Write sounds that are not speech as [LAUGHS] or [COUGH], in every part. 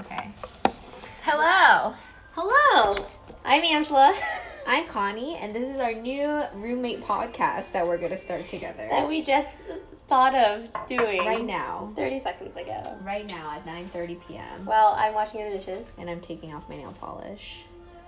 Okay. Hello. Hello, [LAUGHS] I'm Angela. I'm Connie, and this is our new roommate podcast that we're going to start together that we just thought of doing right now. 30 seconds ago. Right now at 9:30 p.m. Well, I'm washing the dishes. And I'm taking off my nail polish.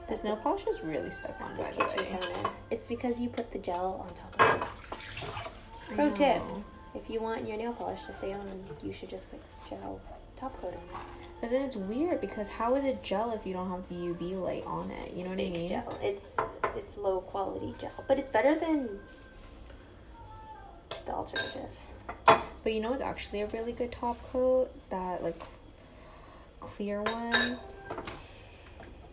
This nail polish is really stuck on, by the Kitchen way. cabinet. It's because you put the gel on top of it. Pro tip know. if you want your nail polish to stay on, you should just put gel top coat on it. But then it's weird because how is it gel if you don't have the UV light on it? You know what I fake mean? gel. It's it's low quality gel, but it's better than the alternative. But you know what's actually a really good top coat? That like clear one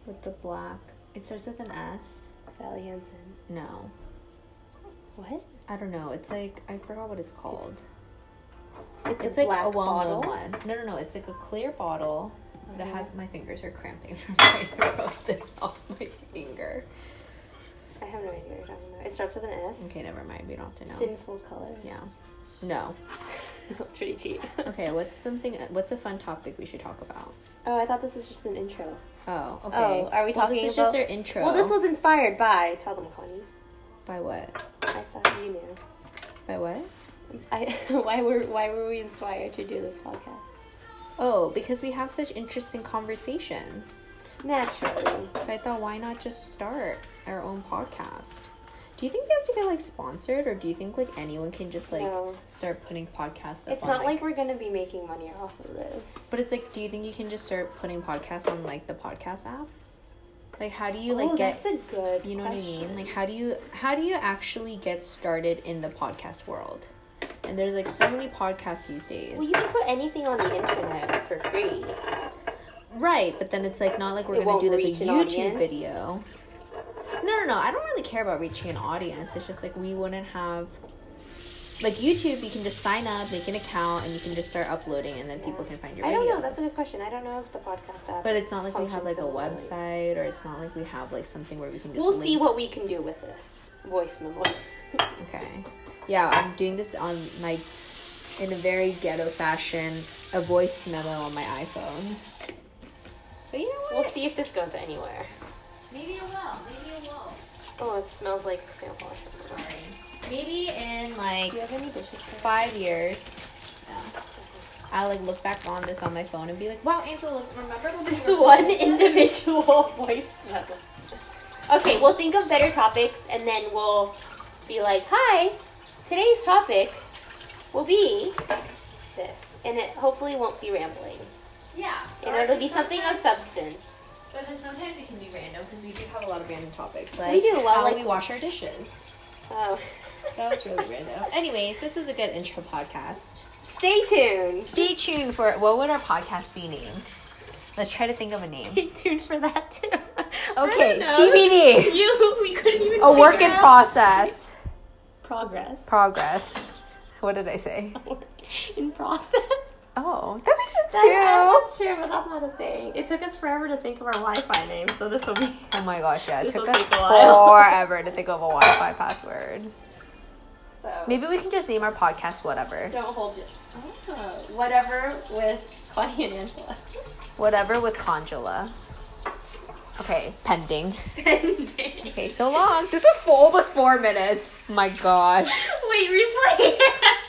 with the black. It starts with an S. Sally Hansen. No. What? I don't know. It's like I forgot what it's called. It's, It's, a like black a well-known bottle. one. No, no, no. It's like a clear bottle. That Uh-huh. has my fingers are cramping [LAUGHS] from [LAUGHS] trying to rub this off my finger. I have no idea what you're talking about. It starts with an S. Okay, never mind. We don't have to know. Sinful colors. Yeah. No. [LAUGHS] That's pretty cheap. Okay. What's something? What's a fun topic we should talk about? Oh, I thought this was just an intro. Oh. Okay. Oh, are we Well, talking This is about- just our intro. Well, this was inspired by. Tell them, Connie. by what? I thought you knew. By what? I, [LAUGHS] why were Why were we inspired to do this podcast? Oh, because we have such interesting conversations. Naturally. So I thought, why not just start our own podcast? Do you think we have to get like sponsored, or do you think like anyone can just like No. start putting podcasts? Up It's on, not like we're gonna be making money off of this. But it's like, do you think you can just start putting podcasts on like the podcast app? Like, how do you like oh, get? that's a good. You know what I mean? question. Like, how do you how do you actually get started in the podcast world? And there's like so many podcasts these days, Well, you can put anything on the internet for free. right? But then it's like not like we're It gonna won't do like a reach an YouTube audience. video. No, no, no. I don't really care about reaching an audience. It's just like we wouldn't have. Like YouTube, you can just sign up, make an account, and you can just start uploading, and then people can find your. I videos. don't know. That's a good question. I don't know if the podcast app. But it's not like we have functions like a similarly. website or it's not like we have like something where we can just We'll link. see what we can do with this voice memo. [LAUGHS] Okay. Yeah, I'm doing this on my in a very ghetto fashion, a voice memo on my iPhone. But you know we'll what? see if this goes anywhere. Maybe it will. Maybe it will. Oh, it smells like nail polish. Sorry. Maybe in like Do you have any dishes? to- five years. I'll like look back on this on my phone and be like, wow, Angela, remember when we [LAUGHS] This were one individual [LAUGHS] voice memo. Okay, we'll think of better topics and then we'll be like, hi, today's topic will be this. And it hopefully won't be rambling. Yeah. And it'll be something of substance. But then sometimes it can be random because we do have a lot of random topics. Like do, well, how like- we wash our dishes. Oh. That [LAUGHS] was really random. [LAUGHS] Anyways, this was a good intro podcast. Stay tuned. Stay tuned for what would our podcast be named? Let's try to think of a name. [LAUGHS] Stay tuned for that too. [LAUGHS] Okay, I [LAUGHS] don't know. TBD. [LAUGHS] You, we couldn't even. A work figure in out- process. Progress. Progress. What did I say? Work [LAUGHS] in process. Oh, that makes sense That- uh, too. [LAUGHS] That's true, but that's not a thing. It took us forever to think of our Wi-Fi name, so this will be. [LAUGHS] Oh my gosh, yeah, it This took will us take a while. forever to think of a Wi-Fi password. So Maybe we can just name our podcast whatever. don't hold it. Oh, whatever with Connie and Angela. [LAUGHS] Whatever with Conjula. Okay, pending. Pending. Okay, so long. This was for almost four minutes. My gosh. Wait, replay. [LAUGHS]